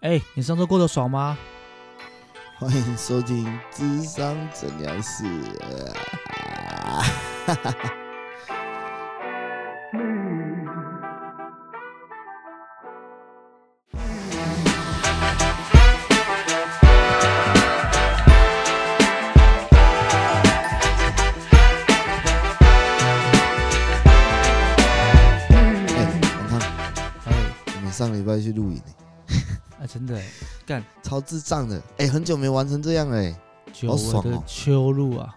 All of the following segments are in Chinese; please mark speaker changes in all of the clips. Speaker 1: 哎、你上周过得爽吗？
Speaker 2: 欢迎收听《智商诊疗室》啊。哎哎，王康，
Speaker 1: 哎、
Speaker 2: 我们上礼拜去露营欸，
Speaker 1: 哎，真的耶，
Speaker 2: 超智障的。哎，很久没玩成这样了欸。
Speaker 1: 久违
Speaker 2: 爽
Speaker 1: 的
Speaker 2: 哦
Speaker 1: 秋露啊，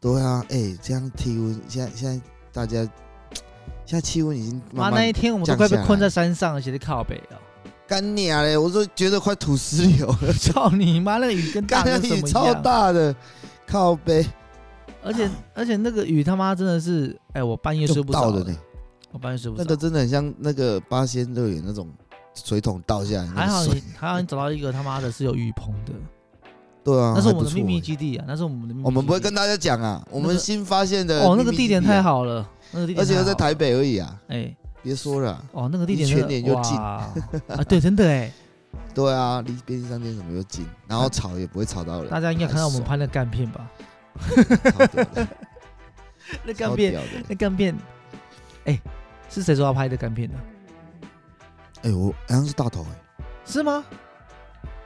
Speaker 2: 对啊，哎，这样体温，现在现在大家，现在气温已经
Speaker 1: 妈
Speaker 2: 慢
Speaker 1: 那
Speaker 2: 慢
Speaker 1: 一天我们都
Speaker 2: 降
Speaker 1: 快被
Speaker 2: 下
Speaker 1: 困在
Speaker 2: 来
Speaker 1: 山上了，写的靠北啊！
Speaker 2: 干你啊嘞！我都觉得快吐石榴 了，
Speaker 1: 操你妈，那个雨跟大
Speaker 2: 干那
Speaker 1: 的什
Speaker 2: 雨
Speaker 1: 么一
Speaker 2: 超
Speaker 1: 样？
Speaker 2: 大的，靠背
Speaker 1: 而且而且那个雨他妈真的是，哎、我半夜睡
Speaker 2: 就
Speaker 1: 不
Speaker 2: 倒
Speaker 1: 着
Speaker 2: 的
Speaker 1: 欸
Speaker 2: 呢。
Speaker 1: 我半夜睡不着。
Speaker 2: 那个真的很像那个八仙乐园那种水桶倒下来那
Speaker 1: 还好
Speaker 2: 个水
Speaker 1: 你，还好你找到一个他妈的是有雨棚的，
Speaker 2: 对啊，
Speaker 1: 那是我
Speaker 2: 还
Speaker 1: 们
Speaker 2: 不
Speaker 1: 的
Speaker 2: 错
Speaker 1: 秘密
Speaker 2: 欸
Speaker 1: 基地啊，那是我们的秘密基地。
Speaker 2: 我们不会跟大家讲啊，我
Speaker 1: 那
Speaker 2: 们
Speaker 1: 个
Speaker 2: 新发现的
Speaker 1: 哦，那个
Speaker 2: 秘密
Speaker 1: 地点
Speaker 2: 基啊
Speaker 1: 太，好了，那个地点
Speaker 2: 而且
Speaker 1: 太
Speaker 2: 又在
Speaker 1: 好
Speaker 2: 台
Speaker 1: 了，
Speaker 2: 北而已啊，
Speaker 1: 哎、
Speaker 2: 别说了啊，
Speaker 1: 哦，那个地
Speaker 2: 离
Speaker 1: 点真的
Speaker 2: 全联又近
Speaker 1: 哇啊，对，真的 哎，
Speaker 2: 对啊，离便利商店什么又近，然后吵也不会吵到人，
Speaker 1: 大家应该看到我们
Speaker 2: 太
Speaker 1: 拍那干片 吧？
Speaker 2: 超屌的
Speaker 1: 那
Speaker 2: 超
Speaker 1: 干片
Speaker 2: 屌的。
Speaker 1: 那干片，哎、是谁说要拍的干片呢、
Speaker 2: 哎，我好像是大头哎，
Speaker 1: 是吗？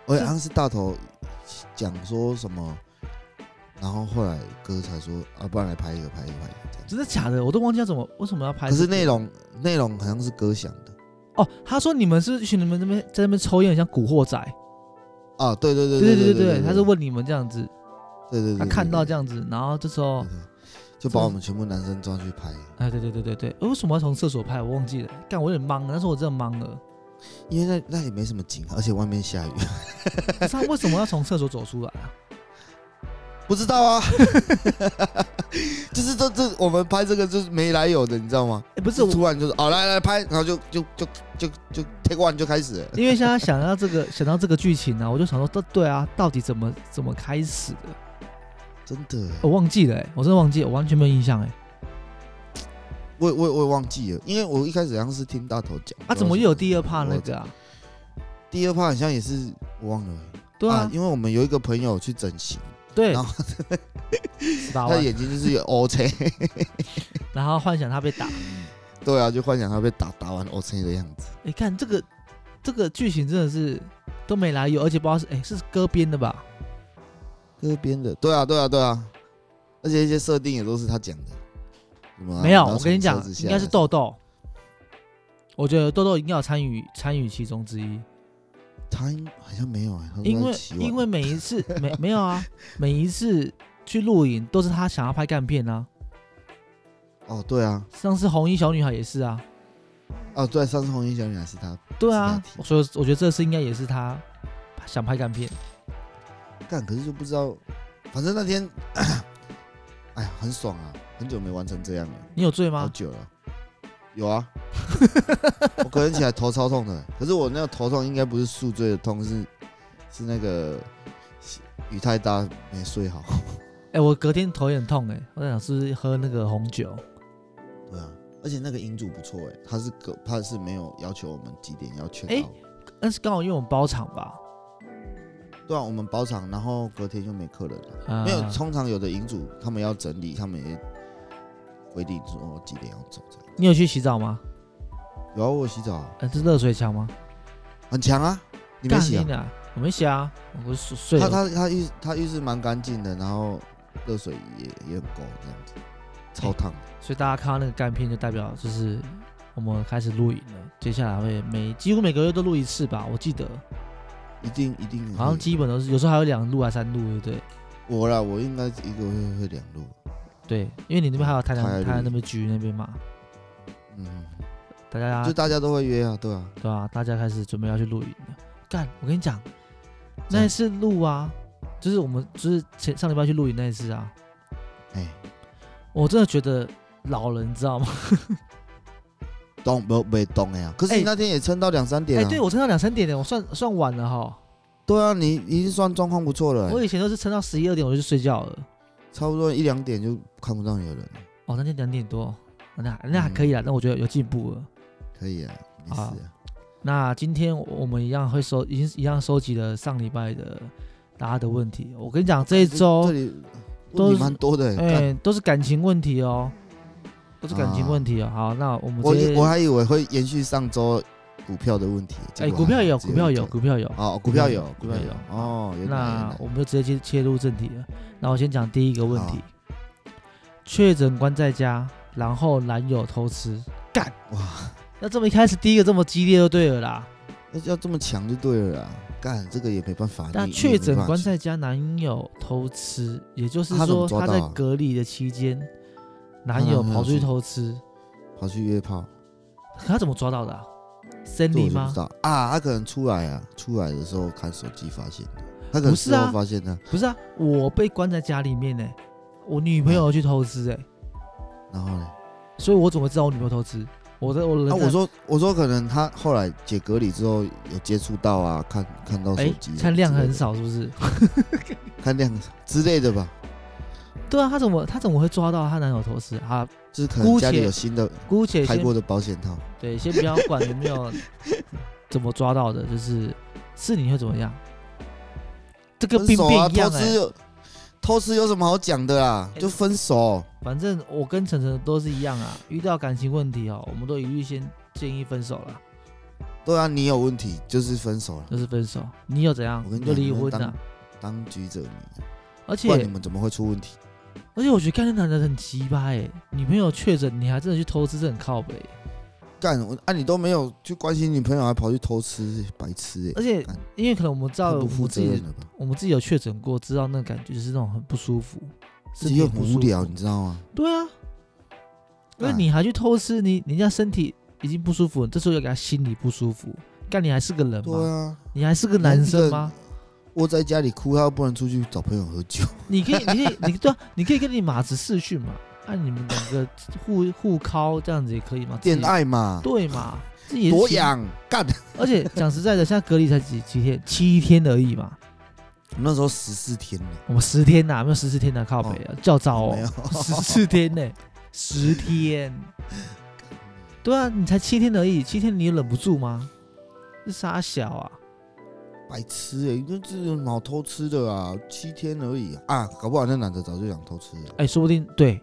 Speaker 2: 我
Speaker 1: 是
Speaker 2: 好像是大头讲说什么，然后后来哥才说啊，不然来拍一个，拍一个，拍一个这样。
Speaker 1: 真的假的？我都忘记要怎么为什么要拍
Speaker 2: 可
Speaker 1: 这个。
Speaker 2: 是内容内容好像是哥想的
Speaker 1: 哦，他说你们是去你们那边在那边抽烟，很像古惑仔。
Speaker 2: 啊，对对对
Speaker 1: 对
Speaker 2: 对
Speaker 1: 对对，他是问你们这样子，
Speaker 2: 对对对，嗯
Speaker 1: 他看到这
Speaker 2: 样，
Speaker 1: 样哦子，然后这时候
Speaker 2: 对，对就把我们全部男生抓去拍，
Speaker 1: 哎，对对对对对，为什么要从厕所拍？我忘记了，干我有点懵了，啊但是我真的懵了。
Speaker 2: 因为那那里没什么景，啊而且外面下雨，
Speaker 1: 可是他为什么要从厕所走出来啊？
Speaker 2: 不知道啊， 就是这这我们拍这个就是没来由的，你知道吗？
Speaker 1: 哎，不是我，
Speaker 2: 突然就是哦来来拍，然后就就就就就 take one 就开始了，
Speaker 1: 因为现在想到这个 想到这个剧情呢、我就想说，对对啊，到底怎么怎么开始的？
Speaker 2: 真的，欸
Speaker 1: 我忘记了、哎，我真的忘记了，我完全没有印象哎、
Speaker 2: 我也我也我也忘记了，因为我一开始好像是听大头讲，
Speaker 1: 啊，怎么又有第二帕
Speaker 2: 我
Speaker 1: 那个啊？
Speaker 2: 第二 part 好像也是我忘了
Speaker 1: 对啊，
Speaker 2: 因为我们有一个朋友去整形，
Speaker 1: 对
Speaker 2: 然，后
Speaker 1: 十八
Speaker 2: 他的
Speaker 1: 万，
Speaker 2: 眼睛就是有 O C。
Speaker 1: 然后幻想他被打。
Speaker 2: 对啊，就幻想他被打打完 O C 的样子。
Speaker 1: 哎、看这个这个剧情真的是都没来由，而且不知道是哎、是歌编的吧？
Speaker 2: 各边的，对啊，对啊，对啊，而且一些设定也都是他讲的。什么啊
Speaker 1: 没有，
Speaker 2: 然后
Speaker 1: 我跟你
Speaker 2: 从
Speaker 1: 讲
Speaker 2: 车子，下
Speaker 1: 应
Speaker 2: 来
Speaker 1: 该是豆豆。我觉得豆豆应该有参与参与其中之一，
Speaker 2: 他应好像没有、欸，他说他
Speaker 1: 因为
Speaker 2: 骑完
Speaker 1: 因为每一次 没没有啊，每一次去露营都是他想要拍干片啊。
Speaker 2: 哦，对啊，
Speaker 1: 上次红衣小女孩也是啊，
Speaker 2: 哦对，上次红衣小女孩是他
Speaker 1: 对啊
Speaker 2: 是他，提
Speaker 1: 所以我觉得这次应该也是他想拍干片。
Speaker 2: 干，可是就不知道，反正那天， 哎呀，很爽啊，很久没完成这样了，
Speaker 1: 你有醉
Speaker 2: 好
Speaker 1: 吗？
Speaker 2: 久了，有啊， 我隔天起来头超痛的，可是我那个头痛应该不是宿醉的痛，是是那个雨太大没睡好，
Speaker 1: 哎、我隔天头也很痛哎、我在想是不是喝那个红酒。
Speaker 2: 对啊，而且那个银主不错哎，他是个他是没有要求我们几点要去。
Speaker 1: 哎但是刚好因为我们包场吧，
Speaker 2: 对啊，我们包场，然后隔天就没客人了。
Speaker 1: 呃、
Speaker 2: 没有，通常有的银主他们要整理，他们也规定说几点要走这样。
Speaker 1: 你有去洗澡吗？
Speaker 2: 有啊，我有洗澡啊
Speaker 1: 呃，这是热水枪吗？
Speaker 2: 很强啊，你没
Speaker 1: 干
Speaker 2: 洗啊？
Speaker 1: 的、我没洗啊，我睡睡
Speaker 2: 他
Speaker 1: 了。
Speaker 2: 他他浴他浴室蛮干净的，然后热水也也很够这样子，
Speaker 1: 哎
Speaker 2: 超烫的。
Speaker 1: 所以大家看到那个干片，就代表就是我们开始录影了。接下来会每几乎每个月都录一次吧，我记得
Speaker 2: 嗯一定一定
Speaker 1: 好像
Speaker 2: 会
Speaker 1: 基本都是，有时候还有两录还三录，对不对？
Speaker 2: 我啦，我应该一个月会两路。
Speaker 1: 对，因为你那边还有台南
Speaker 2: 台南
Speaker 1: 台南那边局那边嘛，
Speaker 2: 嗯，
Speaker 1: 大家
Speaker 2: 就大家都会约啊，对啊，
Speaker 1: 对啊，大家开始准备要去露营了。干，我跟你讲，那一次露啊，就是我们就是前上礼拜去露营那一次啊，
Speaker 2: 哎、
Speaker 1: 我真的觉得老了，你知道吗？
Speaker 2: 懂不没懂哎呀、可是
Speaker 1: 哎
Speaker 2: 你那天也撑到两三
Speaker 1: 哎、
Speaker 2: 点啊。
Speaker 1: 对我撑到两三点的，我算算晚了哈。
Speaker 2: 对啊，你已经算状况不错了、
Speaker 1: 我
Speaker 2: 欸，
Speaker 1: 以前都是撑到十一二点我就去睡觉了。
Speaker 2: 差不多一两点就看不到你的人了，
Speaker 1: 哦，
Speaker 2: 嗯
Speaker 1: 那天两点多，那那还可以啦，那我觉得有进步了。
Speaker 2: 可以啊，没事啊。
Speaker 1: 那今天我们一样会收，已经一样收集了上礼拜的大家的问题。我跟你讲，这一周
Speaker 2: 这里
Speaker 1: 哦都
Speaker 2: 问题
Speaker 1: 是
Speaker 2: 蛮多的、欸。
Speaker 1: 哎、
Speaker 2: 干
Speaker 1: 都是感情问题哦，都是感情问题哦。好，那我们
Speaker 2: 啊我
Speaker 1: 直接
Speaker 2: 以我还以为会延续上周股票的问题，
Speaker 1: 哎、
Speaker 2: 结果
Speaker 1: 股票
Speaker 2: 还
Speaker 1: 有，
Speaker 2: 只
Speaker 1: 股票
Speaker 2: 一
Speaker 1: 有，
Speaker 2: 个
Speaker 1: 股票有。
Speaker 2: 哦，股票有，
Speaker 1: 股
Speaker 2: 股
Speaker 1: 票
Speaker 2: 票
Speaker 1: 有
Speaker 2: 有哦，原来原
Speaker 1: 嗯那
Speaker 2: 来
Speaker 1: 我们就直接切切入正题了。那我先讲第一个问题
Speaker 2: 好：啊
Speaker 1: 确诊关在家，然后男友偷吃，干
Speaker 2: 哇！
Speaker 1: 那这么一开始第一个这么激烈就对了啦。
Speaker 2: 要要这么强就对了啦，啊干这个也没办法。
Speaker 1: 那
Speaker 2: 你你也
Speaker 1: 确
Speaker 2: 没
Speaker 1: 诊
Speaker 2: 办法
Speaker 1: 关
Speaker 2: 去
Speaker 1: 在家，男友偷吃，也就是
Speaker 2: 他怎
Speaker 1: 说
Speaker 2: 么抓
Speaker 1: 他
Speaker 2: 到
Speaker 1: 在
Speaker 2: 啊
Speaker 1: 隔离的期间，男友跑出去偷吃，
Speaker 2: 跑去约炮，
Speaker 1: 可他怎么抓到的、啊？森
Speaker 2: 这我
Speaker 1: 林
Speaker 2: 就不
Speaker 1: 吗
Speaker 2: 知？道啊。他可能出来啊，出来的时候看手机发现的，他可
Speaker 1: 不
Speaker 2: 能
Speaker 1: 是
Speaker 2: 事
Speaker 1: 啊
Speaker 2: 后发现的，
Speaker 1: 不是啊，我被关在家里面呢、我女朋友
Speaker 2: 啊
Speaker 1: 去偷吃哎、
Speaker 2: 然后呢？
Speaker 1: 所以我怎么知道我女朋友偷吃？我的我人在、
Speaker 2: 那、嗯啊我说我说可能他后来解隔离之后有接触到啊，看看到手
Speaker 1: 哎、
Speaker 2: 机，啊
Speaker 1: 看量很，少是不是？
Speaker 2: 看量之类的吧，
Speaker 1: 对啊，他怎么他怎么会抓到他男友偷吃啊？
Speaker 2: 就是可
Speaker 1: 姑且
Speaker 2: 能家里有新的
Speaker 1: 姑且
Speaker 2: 开
Speaker 1: 先
Speaker 2: 过的保险套，
Speaker 1: 对，先不要管有没 有怎么抓到的，就是是你会怎么样？这个
Speaker 2: 分
Speaker 1: 病
Speaker 2: 手
Speaker 1: 变
Speaker 2: 啊，
Speaker 1: 一样
Speaker 2: 偷
Speaker 1: 哎、
Speaker 2: 吃有偷吃有什么好讲的啦？
Speaker 1: 哎
Speaker 2: 就分手，
Speaker 1: 反正我跟晨晨都是一样啊，遇到感情问题哦，我们都一律先建议分手啦，
Speaker 2: 对啊，你有问题就是分手了，
Speaker 1: 就是分手。你有怎样
Speaker 2: 我跟，你
Speaker 1: 就
Speaker 2: 讲
Speaker 1: 离婚
Speaker 2: 你们
Speaker 1: 啊。
Speaker 2: 当局者迷，
Speaker 1: 而
Speaker 2: 不然你
Speaker 1: 且
Speaker 2: 们怎么会出问题？
Speaker 1: 而且，我觉得干那男的很奇葩哎，女朋友确诊，你还真的去偷吃，这很靠北。
Speaker 2: 干，我啊你都没有去关心女朋友，还跑去偷吃，白痴
Speaker 1: 而
Speaker 2: 哎、
Speaker 1: 且
Speaker 2: 干
Speaker 1: 因为可能我们知道
Speaker 2: 太
Speaker 1: 我
Speaker 2: 不
Speaker 1: 们
Speaker 2: 负
Speaker 1: 自
Speaker 2: 责
Speaker 1: 己
Speaker 2: 任，啊了吧？
Speaker 1: 我们自己有确诊过，知道那感觉就是那种很不舒服，
Speaker 2: 自
Speaker 1: 是
Speaker 2: 己又
Speaker 1: 不
Speaker 2: 很
Speaker 1: 舒
Speaker 2: 无
Speaker 1: 服
Speaker 2: 聊，你知道吗？
Speaker 1: 对啊，那
Speaker 2: 干
Speaker 1: 你还去偷吃，你人家身体已经不舒服，这时候要给他心里不舒服，干你还是个人
Speaker 2: 对
Speaker 1: 吗？
Speaker 2: 啊，
Speaker 1: 你还是个男生
Speaker 2: 人
Speaker 1: 吗？
Speaker 2: 窝在家里哭，他又不能出去找朋友喝酒，
Speaker 1: 你可以，你可以，你对啊，你可以跟你马子试训嘛，按、你们两个互互敲这样子也可以嘛，自己
Speaker 2: 恋爱嘛，
Speaker 1: 对嘛，自己也是
Speaker 2: 多
Speaker 1: 情，
Speaker 2: 痒干。
Speaker 1: 而且讲实在的，现在隔离才几几天，七天而已嘛，
Speaker 2: 我那时候十四天呢，
Speaker 1: 我们十天呐、没有十四天呐、靠北啊，较早
Speaker 2: 没
Speaker 1: 哦
Speaker 2: 有，
Speaker 1: 十四天呢、十天，对啊，你才七天而已，七天你忍不住吗？是傻小啊，
Speaker 2: 白痴哎、欸，这这有什么好偷吃的啊？七天而已啊，啊搞不好那男的早就想偷吃了。
Speaker 1: 哎、说不定对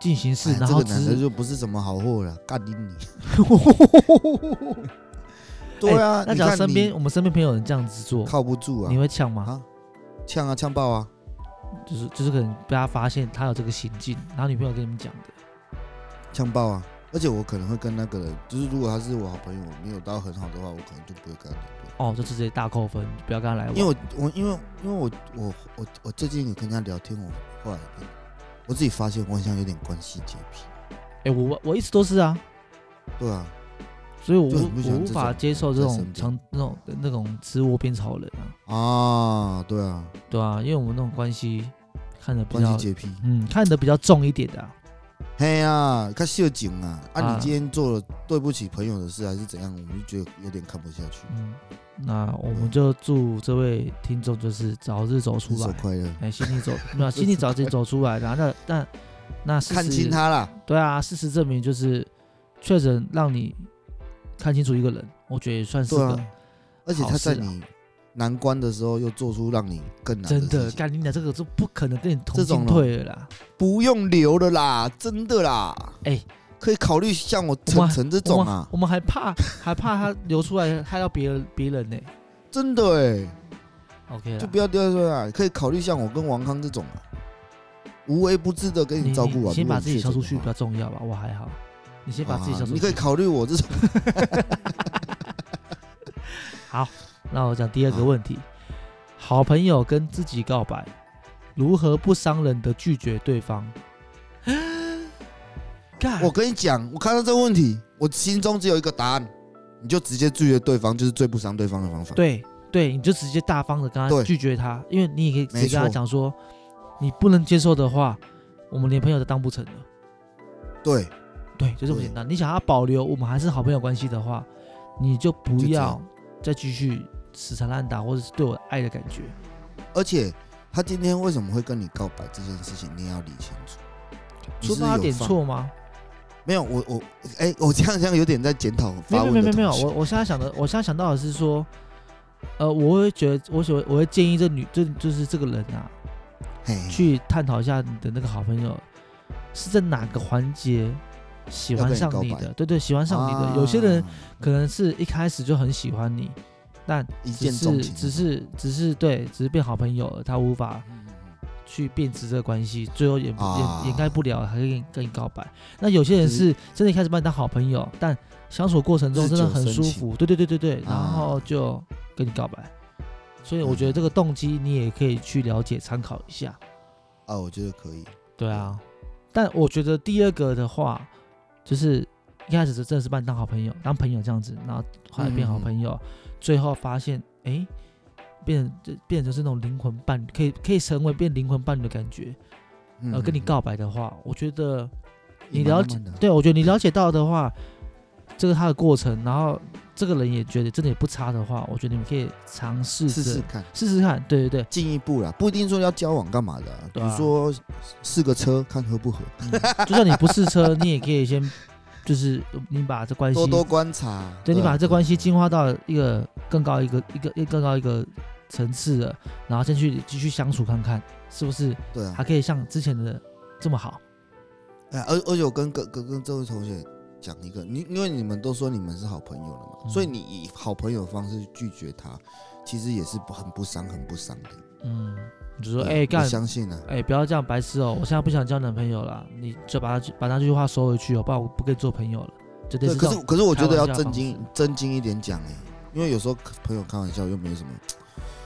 Speaker 1: 进行式，
Speaker 2: 哎
Speaker 1: 然
Speaker 2: 这
Speaker 1: 后
Speaker 2: 个
Speaker 1: 只
Speaker 2: 男的
Speaker 1: 是
Speaker 2: 就不是什么好货了，干你你。对啊，
Speaker 1: 哎那
Speaker 2: 你
Speaker 1: 假如
Speaker 2: 看
Speaker 1: 身边
Speaker 2: 你
Speaker 1: 我们身边朋友人这样子做，
Speaker 2: 靠不住啊
Speaker 1: 你，会呛吗？
Speaker 2: 啊呛啊呛爆啊，
Speaker 1: 就是就是可能被他发现他有这个行径，然后女朋友跟你们讲的，
Speaker 2: 呛爆啊！而且我可能会跟那个人，就是如果他是我好朋友，没有到很好的话，我可能就不会跟他联络。
Speaker 1: 哦，就直接大扣分，不要跟他来往。
Speaker 2: 因为我我因为因为我我我我最近有跟他聊天，我后来我自己发现我好像有点关系洁癖，
Speaker 1: 哎、我我一直都是啊，
Speaker 2: 对啊，
Speaker 1: 所以我
Speaker 2: 就
Speaker 1: 无
Speaker 2: 很不喜
Speaker 1: 我
Speaker 2: 欢
Speaker 1: 无
Speaker 2: 这
Speaker 1: 法
Speaker 2: 种
Speaker 1: 接受这
Speaker 2: 在
Speaker 1: 种
Speaker 2: 身边
Speaker 1: 常那种那种吃窝边草的人啊，
Speaker 2: 啊，对啊，
Speaker 1: 对啊，因为我们那种关系看得比
Speaker 2: 关系
Speaker 1: 较
Speaker 2: 洁癖，
Speaker 1: 嗯看得比较重一点的、啊，
Speaker 2: 嘿啊，看秀景啊，啊，
Speaker 1: 啊
Speaker 2: 你今天做了对不起朋友的事还是怎样，我们就觉得有点看不下去。
Speaker 1: 嗯，那我们
Speaker 2: 嗯
Speaker 1: 就祝这位听众就是早日走出
Speaker 2: 分手
Speaker 1: 来，
Speaker 2: 快乐，
Speaker 1: 哎、心里走没 有心里早点走出来，然后那那那事实
Speaker 2: 看清他啦，
Speaker 1: 对啊，事实证明就是确诊让你看清楚一个人，我觉得也算是
Speaker 2: 对
Speaker 1: 个、
Speaker 2: 啊，而且
Speaker 1: 好
Speaker 2: 他
Speaker 1: 事啊
Speaker 2: 在你难关的时候又做出让你更难
Speaker 1: 真
Speaker 2: 的
Speaker 1: 的
Speaker 2: 事情，
Speaker 1: 干你俩这个就不可能跟你同
Speaker 2: 这种
Speaker 1: 进
Speaker 2: 哦
Speaker 1: 退了啦。
Speaker 2: 不用留了啦，真的啦，
Speaker 1: 哎
Speaker 2: 可以考虑像我
Speaker 1: 我们
Speaker 2: 晨晨这种
Speaker 1: 我们
Speaker 2: 啊，
Speaker 1: 我们还怕还怕他流出来害到别人别人呢、
Speaker 2: 真的哎，
Speaker 1: OK 啦
Speaker 2: 就不要丢在这啦，可以考虑像我跟王康这种啊，无微不至的给
Speaker 1: 你
Speaker 2: 哎你照顾
Speaker 1: 你
Speaker 2: 完，
Speaker 1: 先
Speaker 2: 如果
Speaker 1: 把
Speaker 2: 你
Speaker 1: 自己消
Speaker 2: 确诊
Speaker 1: 出
Speaker 2: 的
Speaker 1: 去比
Speaker 2: 话
Speaker 1: 较重要吧，我还好。你先把自己消
Speaker 2: 啊
Speaker 1: 出去，
Speaker 2: 你可以考虑我 这种，
Speaker 1: 那我讲第二个
Speaker 2: 啊
Speaker 1: 问题：好朋友跟自己告白，如何不伤人的拒绝对方？ 干
Speaker 2: 我跟你讲，我看到这个问题，我心中只有一个答案，你就直接拒绝对方，就是最不伤对方的方法。
Speaker 1: 对对，你就直接大方的跟他
Speaker 2: 对
Speaker 1: 拒绝他，因为你也可以直
Speaker 2: 没
Speaker 1: 接跟他
Speaker 2: 错
Speaker 1: 讲说，你不能接受的话，我们连朋友都当不成了。
Speaker 2: 对
Speaker 1: 对，就这么
Speaker 2: 对
Speaker 1: 简单。你想要保留我们还是好朋友关系的话，你就不
Speaker 2: 就这
Speaker 1: 要
Speaker 2: 样
Speaker 1: 再继续死缠烂打，或者是对我爱的感觉。
Speaker 2: 而且他今天为什么会跟你告白这件事情，你也要理清楚。
Speaker 1: 出发点错吗？
Speaker 2: 没有，我我哎、 我这样这样有点在检讨
Speaker 1: 没
Speaker 2: 发
Speaker 1: 有
Speaker 2: 问
Speaker 1: 没
Speaker 2: 的
Speaker 1: 有没有没有，
Speaker 2: 同学
Speaker 1: 我我现在想的，我现在想到的是说，呃，我会觉得，我所我会建议这女，这就是这个人啊，
Speaker 2: 嘿
Speaker 1: 去探讨一下你的那个好朋友是在哪个环节喜欢上你
Speaker 2: 要跟你告啊
Speaker 1: 的，对对，喜欢上你的。有些人可能是一开始就很喜欢你，但
Speaker 2: 一
Speaker 1: 只
Speaker 2: 见钟
Speaker 1: 是
Speaker 2: 情，啊
Speaker 1: 只是只是对，只是变好朋友了，他无法
Speaker 2: 嗯
Speaker 1: 去变质这个关系，最后掩、
Speaker 2: 啊
Speaker 1: 掩掩盖不了，还可以跟你跟你告白。那有些人是真的一开始把你当好朋友，但相处过程中真的很舒
Speaker 2: 日久生
Speaker 1: 服，对对对对对，
Speaker 2: 啊
Speaker 1: 然后就跟你告白。所以我
Speaker 2: 嗯
Speaker 1: 觉得这个动机你也可以去了解参考一下。
Speaker 2: 啊，我觉得可以，
Speaker 1: 对啊，但我觉得第二个的话，就是一开始是真的是把你当好朋友，当朋友这样子，然后后来变好朋友，
Speaker 2: 嗯
Speaker 1: 最后发现哎、诶变就变成是那种灵魂伴侣，可以可以成为变灵魂伴侣的感觉。
Speaker 2: 嗯
Speaker 1: 呃，跟你，告白的话，我觉得你
Speaker 2: 慢慢
Speaker 1: 了解
Speaker 2: 慢的，
Speaker 1: 对我觉得你了解到的话，这个他的过程，然后这个人也觉得真的也不差的话，我觉得你们可以尝试
Speaker 2: 试试
Speaker 1: 着
Speaker 2: 看，
Speaker 1: 试试看，对对对，
Speaker 2: 进一步啦，不一定说要交往干嘛的啊、比
Speaker 1: 对
Speaker 2: 如
Speaker 1: 啊
Speaker 2: 说试个车看合不合，
Speaker 1: 嗯就算你不试 车，你也可以先就是你把这关系
Speaker 2: 多多观察，
Speaker 1: 对你把这关系
Speaker 2: 进
Speaker 1: 进化到一个更高一个一个一个更高一个层次了，然后先去继续相处看看，是不是
Speaker 2: 对啊
Speaker 1: 还，可以像之前的这么好？
Speaker 2: 哎而而且我跟跟跟跟这位同学讲一个，你因为你们都说你们是好朋友了嘛，
Speaker 1: 嗯
Speaker 2: 所以你以好朋友的方式拒绝他，其实也是不很不伤很不伤的。
Speaker 1: 嗯，你就说
Speaker 2: 对
Speaker 1: 哎
Speaker 2: 我
Speaker 1: 干，
Speaker 2: 相信啊，
Speaker 1: 哎、不要这样白痴哦、我现在不想交男朋友了，你就把他把他这句话收回去哦、不然我不跟你做朋友了，就类
Speaker 2: 对，
Speaker 1: 似这
Speaker 2: 可是
Speaker 1: 种。
Speaker 2: 可是我觉得要
Speaker 1: 开玩笑
Speaker 2: 正
Speaker 1: 的
Speaker 2: 经
Speaker 1: 方
Speaker 2: 正经一点讲哎、因为有时候可朋友开玩笑又没有什么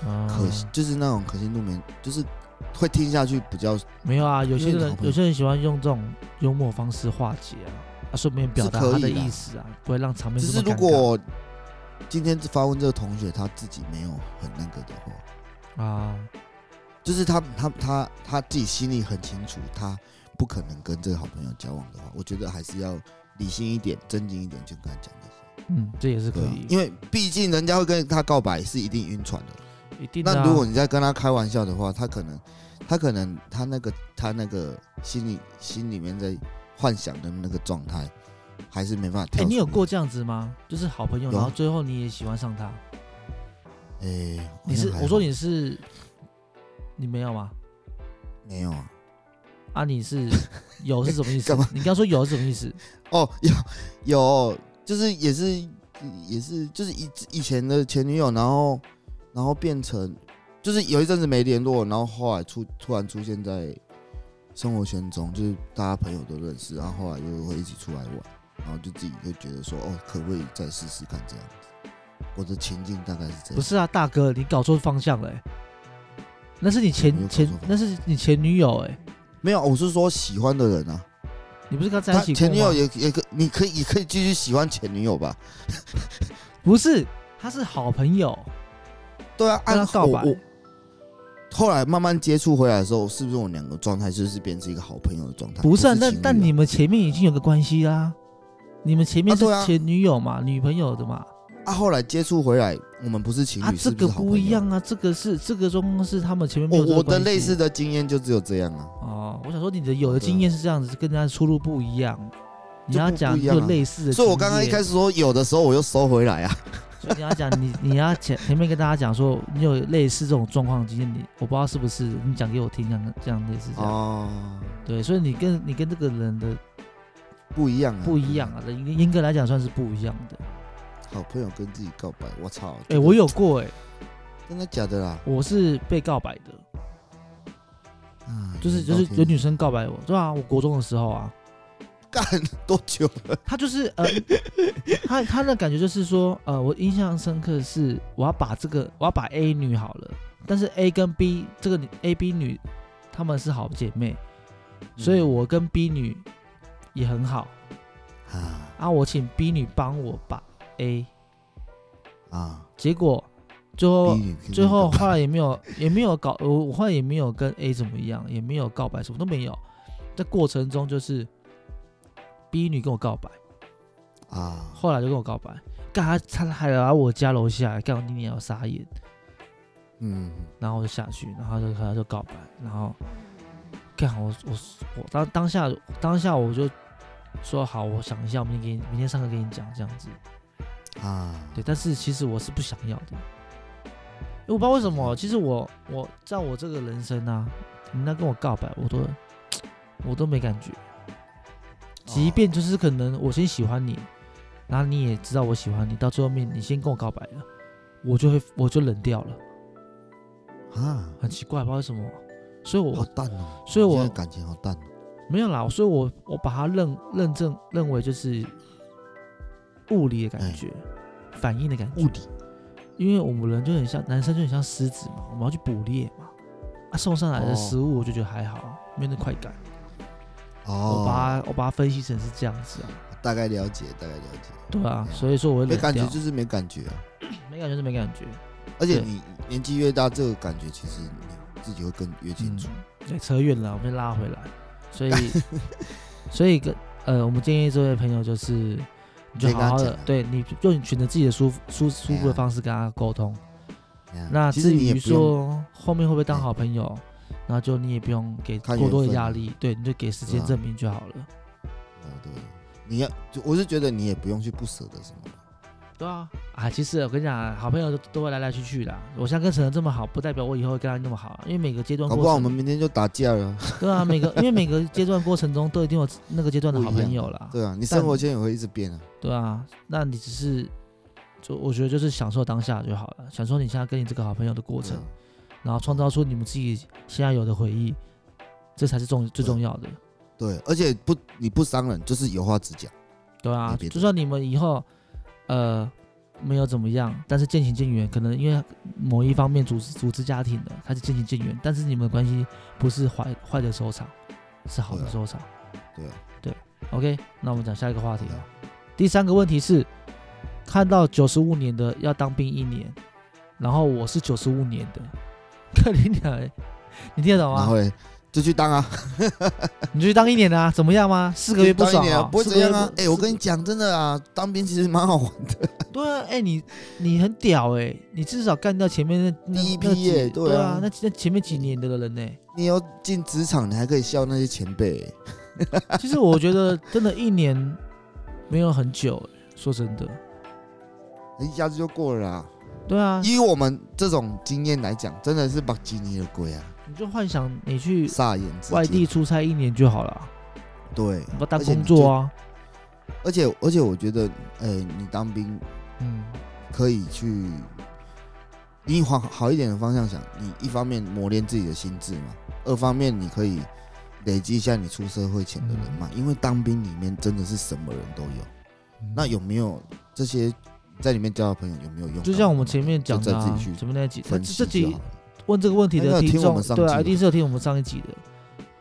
Speaker 1: 嗯
Speaker 2: 可惜，就是那种可信度没，就是会听下去比较
Speaker 1: 没有啊，有些
Speaker 2: 因为你好
Speaker 1: 人
Speaker 2: 朋友
Speaker 1: 有些人喜欢用这种幽默方式化解啊，啊，顺便表达
Speaker 2: 是可
Speaker 1: 他
Speaker 2: 以
Speaker 1: 的
Speaker 2: 啦
Speaker 1: 意思啊，不会让场面
Speaker 2: 只
Speaker 1: 这
Speaker 2: 是
Speaker 1: 么尴尬。
Speaker 2: 如果今天发问这个同学他自己没有很那个的话，
Speaker 1: 啊，
Speaker 2: 就是他他他他自己心里很清楚，他不可能跟这个好朋友交往的话，我觉得还是要理性一点、正经一点，就跟他讲这些。
Speaker 1: 嗯，这也是可
Speaker 2: 对啊
Speaker 1: 以，，
Speaker 2: 因为毕竟人家会跟他告白是一定晕船的。
Speaker 1: 一定的啊、
Speaker 2: 那如果你在跟他开玩笑的话，他可能他可能他那个他那个心里心里面在幻想的那个状态，还是没办法
Speaker 1: 哎、
Speaker 2: 跳出来。
Speaker 1: 你有过这样子吗？就是好朋友，
Speaker 2: 有啊
Speaker 1: 然后最后你也喜欢上他，
Speaker 2: 哎、
Speaker 1: 你
Speaker 2: 好像
Speaker 1: 是
Speaker 2: 还好
Speaker 1: 我说你是，你没有吗？
Speaker 2: 没有啊？
Speaker 1: 啊，你 是有是什么意思
Speaker 2: 干嘛？
Speaker 1: 你刚说有是什么意思？
Speaker 2: 哦，有有，就是也是也是就是以以前的前女友，然后然后变成就是有一阵子没联络，然后后来出突然出现在生活圈中，就是大家朋友都认识，然后后来又会一起出来玩，然后就自己会觉得说，哦，可不可以再试试看这样子？我的情境大概是这样，
Speaker 1: 不是啊，大哥，你搞错方向了、欸，那是你
Speaker 2: 没有
Speaker 1: 前
Speaker 2: 搞错
Speaker 1: 前
Speaker 2: 方向
Speaker 1: 那是你前女友哎、
Speaker 2: 没有，我是说喜欢的人啊，
Speaker 1: 你不是跟他在
Speaker 2: 他
Speaker 1: 一起
Speaker 2: 前
Speaker 1: 过
Speaker 2: 女友
Speaker 1: 吗
Speaker 2: 也也可你可以也可以继续喜欢前女友吧？
Speaker 1: 不是，他是好朋友，
Speaker 2: 啊对啊，
Speaker 1: 跟他
Speaker 2: 按
Speaker 1: 告白
Speaker 2: 我我后来慢慢接触回来的时候，是不是我们两个状态就是变成一个好朋友的状态？
Speaker 1: 不是啊？
Speaker 2: 情
Speaker 1: 那
Speaker 2: 侣啊
Speaker 1: 但你们前面已经有个关系啦、你们前面
Speaker 2: 啊
Speaker 1: 是
Speaker 2: 对啊
Speaker 1: 前女友嘛，女朋友的嘛，
Speaker 2: 啊，后来接触回来，我们不是情侣，
Speaker 1: 啊，这
Speaker 2: 是
Speaker 1: 个
Speaker 2: 是好朋
Speaker 1: 不
Speaker 2: 友
Speaker 1: 一样。啊，这个是这个状况是他们前面没
Speaker 2: 我
Speaker 1: 有这个
Speaker 2: 我的
Speaker 1: 关系
Speaker 2: 类似的经验就只有这样啊，
Speaker 1: 哦，我想说你的有的经验是这样子，跟人家出入不一样。你要讲
Speaker 2: 不
Speaker 1: 你
Speaker 2: 一样啊
Speaker 1: 有类似的经验，
Speaker 2: 所以我刚刚一开
Speaker 1: 始，
Speaker 2: 始说有的时候我又收回来啊。
Speaker 1: 你要讲你 你要前前面跟大家讲说你有类似这种状况的经验，你我不知道是不是，你讲给我听，这样这样类似这样，
Speaker 2: 哦，
Speaker 1: 对，所以你跟你跟这个人的
Speaker 2: 不一样啊，
Speaker 1: 不一样啊，严严格来讲算是不一样的。
Speaker 2: 嗯好朋友跟自己告白，我操！
Speaker 1: 哎、我有过哎、
Speaker 2: 真的假的啦？
Speaker 1: 我是被告白的，
Speaker 2: 啊，
Speaker 1: 哎就是就是有女生告白我，对啊，我国中的时候啊，
Speaker 2: 干多久了？
Speaker 1: 他就是呃， 他他的感觉就是说，呃，我印象深刻的是我要把这个我要把 A 女好了，但是 A 跟 B 这个女 A B 女她们是好姐妹，
Speaker 2: 嗯
Speaker 1: 所以我跟 B 女也很好
Speaker 2: 啊
Speaker 1: 啊，我请 B 女帮我把 A，
Speaker 2: 啊，
Speaker 1: 结果最后
Speaker 2: 第一眼看
Speaker 1: 最
Speaker 2: 到
Speaker 1: 后
Speaker 2: 干嘛
Speaker 1: 后来也没有也没有搞，我我后来也没有跟 A 怎么样，也没有告白，什么都没有，在过程中就是 B 女跟我告白。
Speaker 2: 啊，
Speaker 1: 后来就跟我告白，干他他还来我家楼下，干我你也要傻眼，
Speaker 2: 嗯，
Speaker 1: 然后我就下去，然后他就他就告白，然后干我我我当当下当下我就说好，我想一下，我明天给你，明天上课给你讲这样子。
Speaker 2: 啊，
Speaker 1: 对，但是其实我是不想要的，因为我不知道为什么。其实我我在我这个人生啊，人家跟我告白，我都我都没感觉。即便就是可能我先喜欢你，然后你也知道我喜欢你，到最后面你先跟我告白了，我就会我就冷掉了，
Speaker 2: 啊，
Speaker 1: 很奇怪，不知道为什么。所以我
Speaker 2: 好淡哦，
Speaker 1: 所以我
Speaker 2: 现在感情好淡哦，
Speaker 1: 没有啦，所以我我把它认认证认为就是物理的感觉，反应的感觉
Speaker 2: 物。理
Speaker 1: 因为我们人就很像男生就很像狮子嘛，我们要去捕猎嘛。啊，送上来的
Speaker 2: 哦
Speaker 1: 食物我就觉得还好，啊没有那快感。我
Speaker 2: 哦，
Speaker 1: 把它我把它分析成是这样子啊，
Speaker 2: 大概了解，大概了解，
Speaker 1: 对啊，
Speaker 2: 嗯
Speaker 1: 所以说我会
Speaker 2: 没
Speaker 1: 冷
Speaker 2: 感觉
Speaker 1: 掉，
Speaker 2: 就是没感觉啊，
Speaker 1: 没感觉就没感觉。
Speaker 2: 而且
Speaker 1: 对
Speaker 2: 你年纪越大，这个感觉其实你自己会更越清楚。
Speaker 1: 嗯，哎，扯远了，我们拉回来。所 以，所以跟呃，我们建议这位朋友就是，你就
Speaker 2: 直接跟他
Speaker 1: 好好
Speaker 2: 讲
Speaker 1: 的
Speaker 2: 啊，
Speaker 1: 对你就你选择自己的舒服舒舒服
Speaker 2: 对
Speaker 1: 的
Speaker 2: 啊
Speaker 1: 方式跟他沟通。
Speaker 2: 哎呀
Speaker 1: 嗯那
Speaker 2: 其实
Speaker 1: 至
Speaker 2: 你也
Speaker 1: 于
Speaker 2: 不用哎
Speaker 1: 说后面会不会当好朋友，然后就你也不用给
Speaker 2: 看
Speaker 1: 过
Speaker 2: 缘
Speaker 1: 多的
Speaker 2: 分
Speaker 1: 压
Speaker 2: 啊
Speaker 1: 力，对，你就给时
Speaker 2: 对
Speaker 1: 间
Speaker 2: 啊
Speaker 1: 证明就好了。
Speaker 2: 哦，对，你要就我是觉得你也不用去不舍得什么，
Speaker 1: 对啊，啊，其实我跟你讲啊，好朋友都都会来来去去的啊。我现在跟陈晨这么好，不代表我以后会跟他那么好啊，因为每个阶段
Speaker 2: 搞
Speaker 1: 过
Speaker 2: 不好我
Speaker 1: 程，
Speaker 2: 们明天就打架了。
Speaker 1: 对啊， 每个因为每个阶段过程中都一定有那个阶段的好朋友啦，
Speaker 2: 对啊，你生活圈也会一直变啊。
Speaker 1: 对啊，那你只是就我觉得就是享受当下就好了，享受你现在跟你这个好朋友的过
Speaker 2: 对
Speaker 1: 程
Speaker 2: 啊，
Speaker 1: 然后创造出你们自己现在有的回忆，这才是重最
Speaker 2: 对
Speaker 1: 重要的。
Speaker 2: 对，而且不你不伤人，就是有话直讲。
Speaker 1: 对啊
Speaker 2: 没，别的
Speaker 1: 就算你们以后呃没有怎么样，但是渐行渐远，可能因为某一方面组织组织家庭的开始渐行渐远，但是你们的关系不是坏坏的收场，是好的
Speaker 2: 对啊
Speaker 1: 收场。
Speaker 2: 对啊，
Speaker 1: OK，那我们讲下一个话题
Speaker 2: 对。啊
Speaker 1: 第三个问题是，看到九十五年的要当兵一年，然后我是九十五年的， 克林鸟，你听得懂
Speaker 2: 然
Speaker 1: 吗
Speaker 2: 后？嘞，就去当啊，
Speaker 1: 你就去当一年啊，怎么样吗？四个月不
Speaker 2: 当一
Speaker 1: 爽
Speaker 2: 年
Speaker 1: 啊，
Speaker 2: 啊，不会
Speaker 1: 四
Speaker 2: 怎
Speaker 1: 个月
Speaker 2: 样啊。哎，我跟
Speaker 1: 四
Speaker 2: 你讲，真的啊，当兵其实蛮好玩的。
Speaker 1: 对啊，哎、你你很屌哎、你至少干掉前面那那
Speaker 2: 第一批
Speaker 1: 那几
Speaker 2: 耶
Speaker 1: 对
Speaker 2: 对啊
Speaker 1: 那那前面几年的人呢、
Speaker 2: 你要进职场，你还可以笑那些前辈。
Speaker 1: 其实我觉得真的一年没有很久、欸，说真的，
Speaker 2: 一下子就过了啦。
Speaker 1: 对啊，
Speaker 2: 以我们这种经验来讲，真的是把基尼的鬼啊，
Speaker 1: 你就幻想你去
Speaker 2: 煞眼之
Speaker 1: 嗯外地
Speaker 2: 间。
Speaker 1: 出差一年就好了，
Speaker 2: 对，
Speaker 1: 你不当
Speaker 2: 而且你
Speaker 1: 工作啊，
Speaker 2: 而且而且我觉得，哎，你当兵
Speaker 1: 嗯，
Speaker 2: 可以去，你往好一点的方向想，你一方面磨练自己的心智嘛，二方面你可以累积一下你出社会前的人
Speaker 1: 嗯
Speaker 2: 脉，因为当兵里面真的是什么人都有。那有没有这些在里面交的朋友有没有用？
Speaker 1: 就像我们前面讲的、
Speaker 2: 就
Speaker 1: 啊
Speaker 2: 再自己，去
Speaker 1: 前面那几，那
Speaker 2: 分
Speaker 1: 这
Speaker 2: 析
Speaker 1: 集
Speaker 2: 就好了。
Speaker 1: 问这个问题的
Speaker 2: 那有
Speaker 1: 听
Speaker 2: 听我
Speaker 1: 众
Speaker 2: 们，上
Speaker 1: 对
Speaker 2: 集
Speaker 1: 啊，
Speaker 2: 的
Speaker 1: 一定是有听我们上一集的，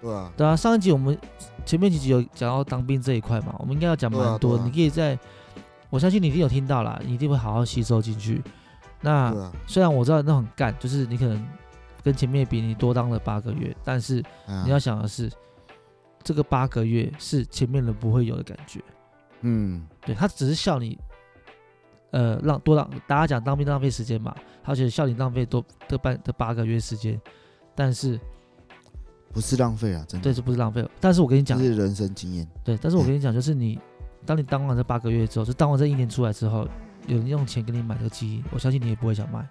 Speaker 2: 对啊，
Speaker 1: 对啊，上一集我们前面几集有讲到当兵这一块嘛，我们应该要讲
Speaker 2: 对啊
Speaker 1: 蛮多的。
Speaker 2: 对啊
Speaker 1: 你可以在，我相信你一定有听到啦，你一定会好好吸收进去。那
Speaker 2: 对啊，
Speaker 1: 虽然我知道那很干，就是你可能跟前面比你多当了八个月，但是
Speaker 2: 啊
Speaker 1: 你要想的是，这个八个月是前面人不会有的感觉。
Speaker 2: 嗯，
Speaker 1: 对他只是笑你，呃，让多浪，大家讲当兵浪费时间嘛，他觉得笑你浪费多这半这八个月时间，但是
Speaker 2: 不是浪费啊，真的
Speaker 1: 对，，这不是浪费。但是我跟你
Speaker 2: 这
Speaker 1: 讲，
Speaker 2: 是人生经验。
Speaker 1: 对，但是我跟你讲，就是你当你当完这八个月之后，就当完这一年出来之后，有人用钱给你买这个记忆，我相信你也不会想卖，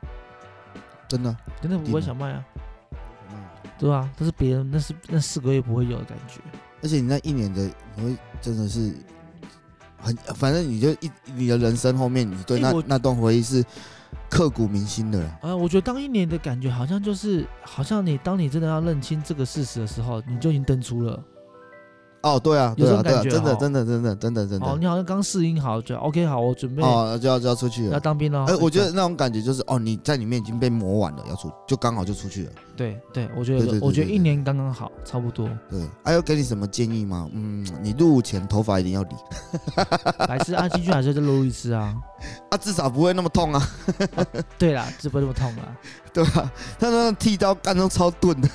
Speaker 2: 真的。
Speaker 1: 真的不会
Speaker 2: 一定的
Speaker 1: 想卖啊，对啊，但是别人那是那四个月不会有的感觉，
Speaker 2: 而且你那一年的，你会真的是很，反正你就一你的人生后面，你对
Speaker 1: 哎
Speaker 2: 那、
Speaker 1: 我
Speaker 2: 那段回忆是刻骨铭心的啦。
Speaker 1: 啊，我觉得当一年的感觉好像就是，好像你当你真的要认清这个事实的时候，你就已经登出了。
Speaker 2: 哦，对啊，
Speaker 1: 有
Speaker 2: 对
Speaker 1: 这种
Speaker 2: 啊，对
Speaker 1: 感
Speaker 2: 啊，
Speaker 1: 觉
Speaker 2: 真的，
Speaker 1: 哦
Speaker 2: 真的，真的，真的，真
Speaker 1: 哦，
Speaker 2: 的。
Speaker 1: 你好像刚适应好，就 OK，好，我准备
Speaker 2: 哦，就要就要出去
Speaker 1: 要
Speaker 2: 了。
Speaker 1: 当兵了。
Speaker 2: 哎、我觉得那种感觉就是，哦，你在里面已经被磨完了，要出，就刚好就出去了。
Speaker 1: 对对，我觉
Speaker 2: 对
Speaker 1: 得
Speaker 2: 对对
Speaker 1: 我觉得
Speaker 2: 对
Speaker 1: 一
Speaker 2: 对
Speaker 1: 年刚刚好，差不多。
Speaker 2: 对，还、有给你什么建议吗？嗯，你入伍前头发一定要理，
Speaker 1: 白痴啊按进去还是再撸一次啊？
Speaker 2: 啊，至少不会那么痛啊，
Speaker 1: 对啦，这不会那么痛啦。
Speaker 2: 对吧、他那剃刀干都超钝的。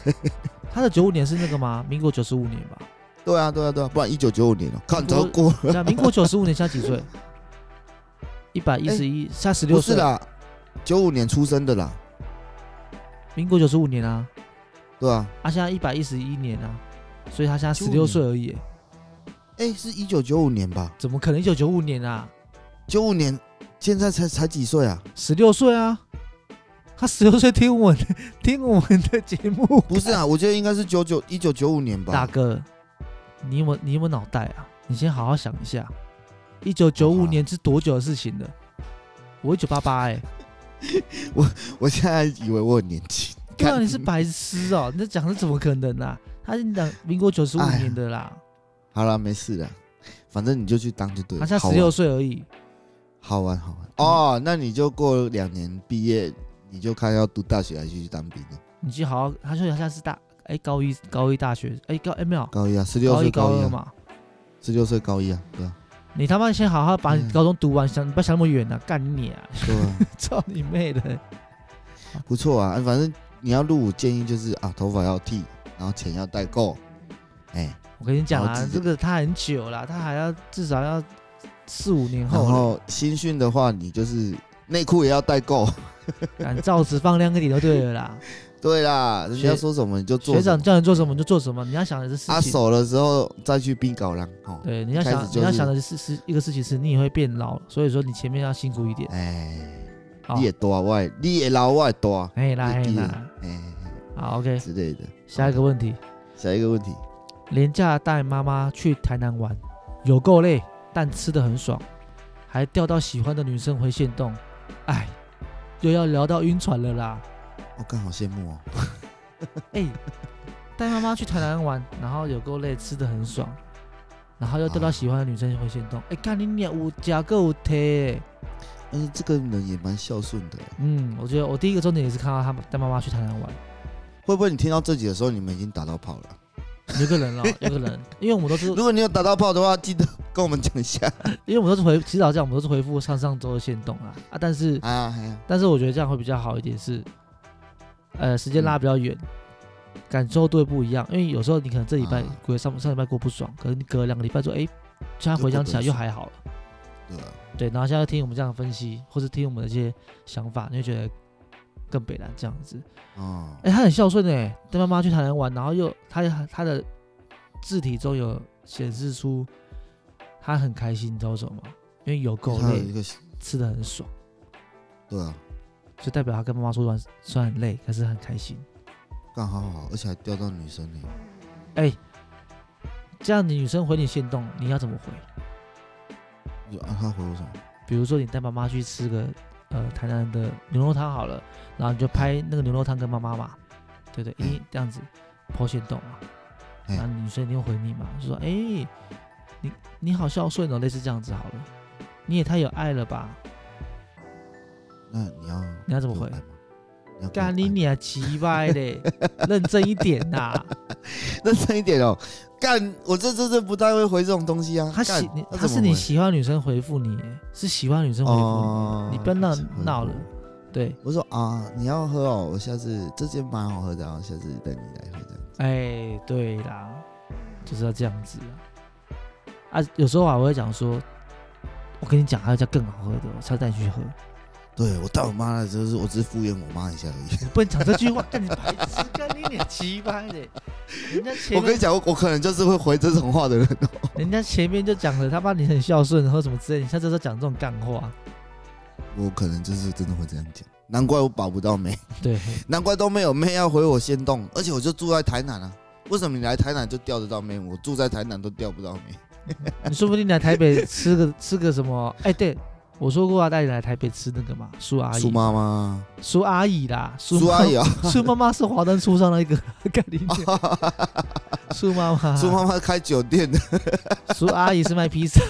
Speaker 1: 他的九五年是那个吗？民国九十五年吧？
Speaker 2: 对啊，对啊，对啊，不然一九九五年了，看
Speaker 1: 不
Speaker 2: 早过了。
Speaker 1: 那民国九十五年现在几岁？一百一十一，现在十六
Speaker 2: 哎不是
Speaker 1: 岁。
Speaker 2: 啦，九五年出生的啦，
Speaker 1: 民国九十五年啊，
Speaker 2: 对吧、啊？
Speaker 1: 啊，现在一百一十一年啊，所以他现在十
Speaker 2: 95
Speaker 1: 六
Speaker 2: 年
Speaker 1: 岁而已耶。
Speaker 2: 哎、哎、是一九九五年吧？
Speaker 1: 怎么可能？一九九五年啊，
Speaker 2: 九五年，现在才才几岁啊？
Speaker 1: 十六岁啊，他十六岁听我们听我们的节目，
Speaker 2: 不是啊，我觉得应该是九九一九九五年吧。
Speaker 1: 大哥，你有没有你有没有脑袋啊？你先好好想一下，一九九
Speaker 2: 好
Speaker 1: 五
Speaker 2: 啊
Speaker 1: 年是多久的事情了？我一九八八哎，
Speaker 2: 我现在以为我很年轻。
Speaker 1: 对啊，
Speaker 2: 看
Speaker 1: 你是白痴哦、你在讲的怎么可能啊？他是讲民国九十五
Speaker 2: 哎呀
Speaker 1: 年的啦，
Speaker 2: 好了，没事的，反正你就去当就对
Speaker 1: 他
Speaker 2: 了。
Speaker 1: 才
Speaker 2: 好
Speaker 1: 十
Speaker 2: 玩
Speaker 1: 六岁嗯而已。
Speaker 2: 好玩好玩哦，那你就过两年毕业，你就看要读大学还是去当兵了。啊
Speaker 1: 你去好好，他说他现在是大哎、高一高一大学哎、高哎、没有
Speaker 2: 高一啊，十六
Speaker 1: 高
Speaker 2: 岁
Speaker 1: 一
Speaker 2: 高一
Speaker 1: 二
Speaker 2: 啊，
Speaker 1: 嘛，
Speaker 2: 十六岁高一啊，对啊，
Speaker 1: 你他妈先好好把你
Speaker 2: 嗯
Speaker 1: 高中读完，想你不要想那么远啊，干你啊！
Speaker 2: 对啊，
Speaker 1: 操你妹的！
Speaker 2: 不错啊。反正你要入伍，建议就是啊，头发要剃，然后钱要带够。哎、
Speaker 1: 我跟你讲
Speaker 2: 好
Speaker 1: 啊
Speaker 2: 直，接
Speaker 1: 这个他很久了，他还要至少要四五年
Speaker 2: 然
Speaker 1: 后了，
Speaker 2: 后新训的话，你就是内裤也要带够。
Speaker 1: 敢照直放亮个点就对了啦。
Speaker 2: 对啦，人家
Speaker 1: 学
Speaker 2: 说什么你就 做
Speaker 1: 学
Speaker 2: 什么。
Speaker 1: 长叫你做什么你就做什么，你要想的是事
Speaker 2: 啊，
Speaker 1: 情。
Speaker 2: 熟了之后再去冰搞浪哦。
Speaker 1: 对，你要
Speaker 2: 一开
Speaker 1: 想、
Speaker 2: 始就是
Speaker 1: 你要想的是是一个事情是，你也会变老，所以说你前面要辛苦一点。
Speaker 2: 哎，
Speaker 1: 好
Speaker 2: 你，也大我也，你也老我也大，
Speaker 1: 哎啦哎
Speaker 2: 你也
Speaker 1: 啦，
Speaker 2: 哎
Speaker 1: 好 OK，
Speaker 2: 之类的。
Speaker 1: 下一个问题。
Speaker 2: 下一个问题，
Speaker 1: 廉价带妈妈去台南玩，有够累，但吃的很爽，还钓到喜欢的女生回线洞，哎，又要聊到晕船了啦！
Speaker 2: 我刚好羡慕哦。
Speaker 1: 哎，带妈妈去台南玩，然后有够累，吃的很爽，然后又钓到喜欢的女生回线洞，哎，干你娘，我假个有贴、
Speaker 2: 嗯，这个人也蛮孝顺的。
Speaker 1: 嗯，我觉得我第一个重点也是看到他们带妈妈去台南玩，
Speaker 2: 会不会你听到这集的时候，你们已经打到炮了？
Speaker 1: 有个人了、哦有个人，因为我们都是
Speaker 2: 如果你有打到炮的话，记得跟我们讲一下
Speaker 1: 因为我们都是回，其实老实讲我们都是回复上上周的线洞啊啊，但是
Speaker 2: 啊。哎呀
Speaker 1: 但是我觉得这样会比较好一点是，呃，时
Speaker 2: 嗯
Speaker 1: 间拉比较远，感受度会不一样。因为有时候你可能这礼拜
Speaker 2: 啊
Speaker 1: 过、上上礼拜过不爽，可能你隔两个礼拜之后，哎，突然
Speaker 2: 就
Speaker 1: 回
Speaker 2: 过
Speaker 1: 想
Speaker 2: 得
Speaker 1: 起来
Speaker 2: 很
Speaker 1: 又
Speaker 2: 爽
Speaker 1: 还好了。
Speaker 2: 对啊，
Speaker 1: 对，然后现在听我们这样的分析，或是听我们的一些想法，你会觉得更北南这样子。
Speaker 2: 哦，
Speaker 1: 哎，他很孝顺哎，带妈妈去台南玩，然后又他他的字体中有显示出他很开心，你知道为什么吗？因为有够
Speaker 2: 他有
Speaker 1: 累
Speaker 2: 一，个
Speaker 1: 吃的很爽，
Speaker 2: 对啊，
Speaker 1: 就代表他跟妈妈出去玩虽然很累，可是很开心。
Speaker 2: 干好好，而且还钓到女生呢。
Speaker 1: 哎、这样你女生回你线动，你要怎么回？
Speaker 2: 你就啊，他回我什么？
Speaker 1: 比如说你带妈妈去吃个呃台南的牛肉汤好了，然后你就拍那个牛肉汤跟妈妈嘛，对不对？
Speaker 2: 嗯
Speaker 1: 一定这样子抛线动嘛，
Speaker 2: 嗯
Speaker 1: 然后女生一定会回你嘛，就说哎、你你好孝顺哦，类似这样子好了，你也太有爱了吧？
Speaker 2: 那你要
Speaker 1: 你要怎么回
Speaker 2: 有爱吗？你要给我爱
Speaker 1: 干
Speaker 2: 吗
Speaker 1: 你 娘鸡掰嘞，认真一点呐、
Speaker 2: 认真一点哦。干，我这这这不太会回这种东西啊。
Speaker 1: 他喜
Speaker 2: 干
Speaker 1: 你
Speaker 2: 那
Speaker 1: 他
Speaker 2: 怎
Speaker 1: 是
Speaker 2: 么
Speaker 1: 你
Speaker 2: 回
Speaker 1: 喜欢的女生回复你，是喜欢的女生回复你，
Speaker 2: 哦
Speaker 1: 你不要闹
Speaker 2: 是回
Speaker 1: 闹了
Speaker 2: 复，
Speaker 1: 对。
Speaker 2: 我说啊，你要喝哦，我下次这间蛮好喝的啊，我下次带你来喝这样子。
Speaker 1: 哎，对啦，就是要这样子啊。啊，有时候啊，我会讲说，我跟你讲，还有一家更好喝的，我下次带你去喝。
Speaker 2: 对我带我妈来，就是我只是敷衍我妈一下而已。
Speaker 1: 你不能讲这句话，干你白痴，干你脸奇葩的。人家前
Speaker 2: 我跟
Speaker 1: 面
Speaker 2: 你，讲，我我可能就是会回这种话的人哦。
Speaker 1: 人家前面就讲了，他妈你很孝顺，或什么之类，你下次再讲这种干话，
Speaker 2: 我可能就是真的会这样讲，难怪我保不到妹，
Speaker 1: 对，
Speaker 2: 难怪都没有妹要回我先动，而且我就住在台南啊。为什么你来台南就钓得到妹？我住在台南都钓不到妹。
Speaker 1: 你说不定来台北吃个吃个什么？哎，对我说过啊，带你来台北吃那个嘛，苏阿
Speaker 2: 苏
Speaker 1: 姨，
Speaker 2: 妈妈，
Speaker 1: 苏阿姨啦，
Speaker 2: 苏 阿姨啊，
Speaker 1: 妈，苏妈妈是华灯初上那一个， 干你脸，苏妈妈，
Speaker 2: 苏妈妈开酒店的，
Speaker 1: 苏阿姨是卖披 萨。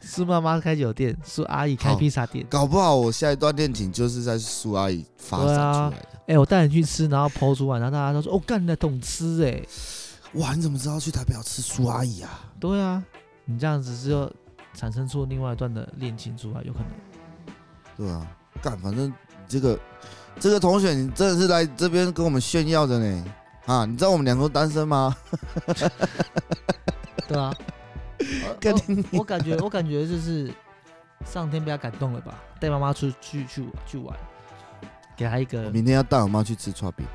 Speaker 1: 苏妈妈开酒店，苏阿姨开披萨店。
Speaker 2: 搞不好我下一段恋情就是在苏阿姨发展
Speaker 1: 对啊
Speaker 2: 出来的。
Speaker 1: 哎、我带你去吃，然后抛出来，然后大家都说：“哦，干你的懂吃哎、
Speaker 2: 哇，你怎么知道去台北要吃苏阿姨啊？
Speaker 1: 对啊，你这样子是要产生出另外一段的恋情出来，有可能。
Speaker 2: 对啊，干，反正你这个这个同学，你真的是来这边跟我们炫耀的呢。啊，你知道我们两个都单身吗？
Speaker 1: 对 啊，哦
Speaker 2: 跟
Speaker 1: 我我我感觉我感觉就是上天被他感动了吧，带妈妈出去去去玩，给他一个
Speaker 2: 明天要带我妈去吃串饼。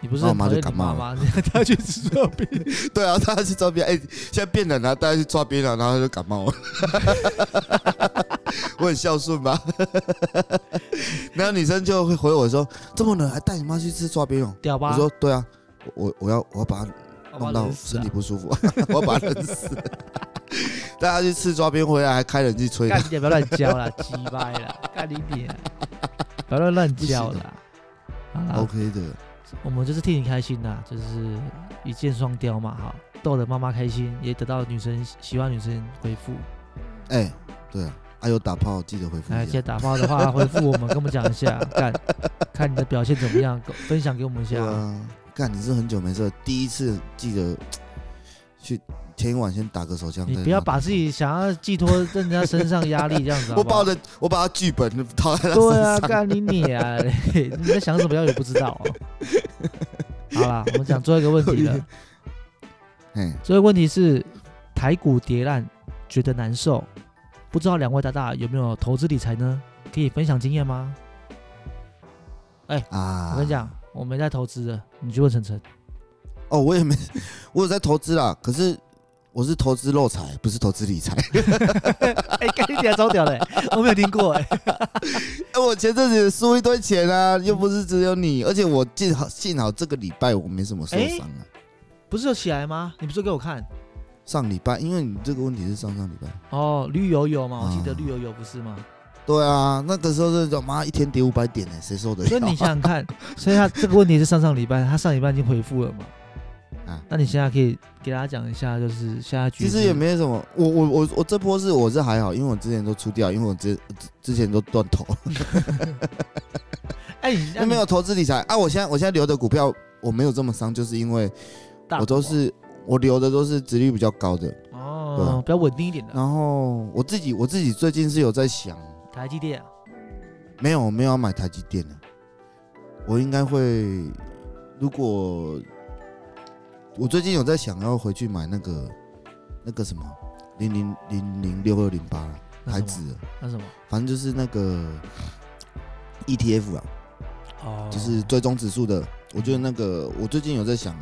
Speaker 1: 你不是
Speaker 2: 然后我
Speaker 1: 很讨
Speaker 2: 妈
Speaker 1: 厌
Speaker 2: 就感
Speaker 1: 你妈
Speaker 2: 冒
Speaker 1: 妈，她去吃肉饼，
Speaker 2: 对啊，大家去抓边，哎、现在变冷了，大家去抓边了，然后他就感冒了。我很孝顺吧？然后女生就会回我说：“这么冷还带你妈去吃抓边哦
Speaker 1: 屌？”吧？
Speaker 2: 我说：“对啊，我我要我要把它
Speaker 1: 我把
Speaker 2: 弄
Speaker 1: 你
Speaker 2: 到
Speaker 1: 冷死
Speaker 2: 身
Speaker 1: 啊
Speaker 2: 体不舒服，我要把它冷死。”大家去吃抓边回来还开冷气吹
Speaker 1: 干
Speaker 2: 的，
Speaker 1: 你也不要乱教啦，鸡掰啦，干你点，啊不要乱乱教啦。好啦
Speaker 2: OK 的。
Speaker 1: 我们就是替你开心啦，就是一箭双雕嘛，哈，逗得妈妈开心，也得到女生喜欢女生回复。
Speaker 2: 哎、对啊，啊有打炮记得回复
Speaker 1: 哎，
Speaker 2: 一
Speaker 1: 现在打
Speaker 2: 下。
Speaker 1: 包的话，回复我们，跟我们讲一下， 看看你的表现怎么样，分享给我们一
Speaker 2: 对
Speaker 1: 下。
Speaker 2: 啊，干你是很久没事，第一次记得去前一晚先打个手枪。
Speaker 1: 你
Speaker 2: 再
Speaker 1: 不要
Speaker 2: 拿
Speaker 1: 把自己想要寄托在人家身上压力这样 子好
Speaker 2: 我
Speaker 1: 不
Speaker 2: 把我
Speaker 1: 好，
Speaker 2: 的我把他剧本套在他 身
Speaker 1: 对啊，
Speaker 2: 上。
Speaker 1: 干你你啊！ 嘿你在想什么样也不知道、哦。好啦，我们讲最后一个问题 了。
Speaker 2: 哎，
Speaker 1: 最后一个问题是，台股跌烂觉得难受，不知道两位大大有没有投资理财呢？可以分享经验吗？
Speaker 2: 啊，
Speaker 1: 我跟你讲，我没在投资的，你去问晨晨。
Speaker 2: 哦，我也没， 我有在投资啦，可是我是投资漏财，不是投资理 财。
Speaker 1: 哎、干你点超屌的、我没有听过哎、
Speaker 2: 哎，我前阵子也输一堆钱啊，又不是只有你，而且我幸好幸好这个礼拜我没什么受伤啊。
Speaker 1: 不是有起来吗？你不是给我看
Speaker 2: 上礼拜，因为你这个问题是上上礼拜。
Speaker 1: 哦，绿油油嘛，我记得
Speaker 2: 啊
Speaker 1: 绿油油不是吗？
Speaker 2: 对啊，那个时候是妈一天跌五百点呢、谁受 得了？啊
Speaker 1: 所以你想想
Speaker 2: 哎
Speaker 1: 看，所以他这个问题是上上礼拜，他上礼拜已经回复了嘛？
Speaker 2: 啊
Speaker 1: 那你现在可以给大家讲一下，就是现在局
Speaker 2: 其
Speaker 1: 势
Speaker 2: 实也没什么，我我我我这波是我是还好，因为我之前都出掉，因为我之之之前都断头。
Speaker 1: 哎，你
Speaker 2: 那没有投资理财啊！我现在我现在留的股票我没有这么伤，就是因为我都
Speaker 1: 啊
Speaker 2: 是我留的都是殖利率比较高的。对
Speaker 1: 哦
Speaker 2: 啊，
Speaker 1: 比较稳定一点的，
Speaker 2: 然后我自己我自己最近是有在想，
Speaker 1: 台积电啊
Speaker 2: 没有我没有要买台积电的，我应该会如果我最近有在想要回去买那个那个什么零零零零六二零八了，
Speaker 1: 那
Speaker 2: 台
Speaker 1: 什么
Speaker 2: 指了，
Speaker 1: 那什么
Speaker 2: 反正就是那个 ETF 啊。
Speaker 1: 哦，
Speaker 2: 就是追踪指数的。我觉得那个，我最近有在想，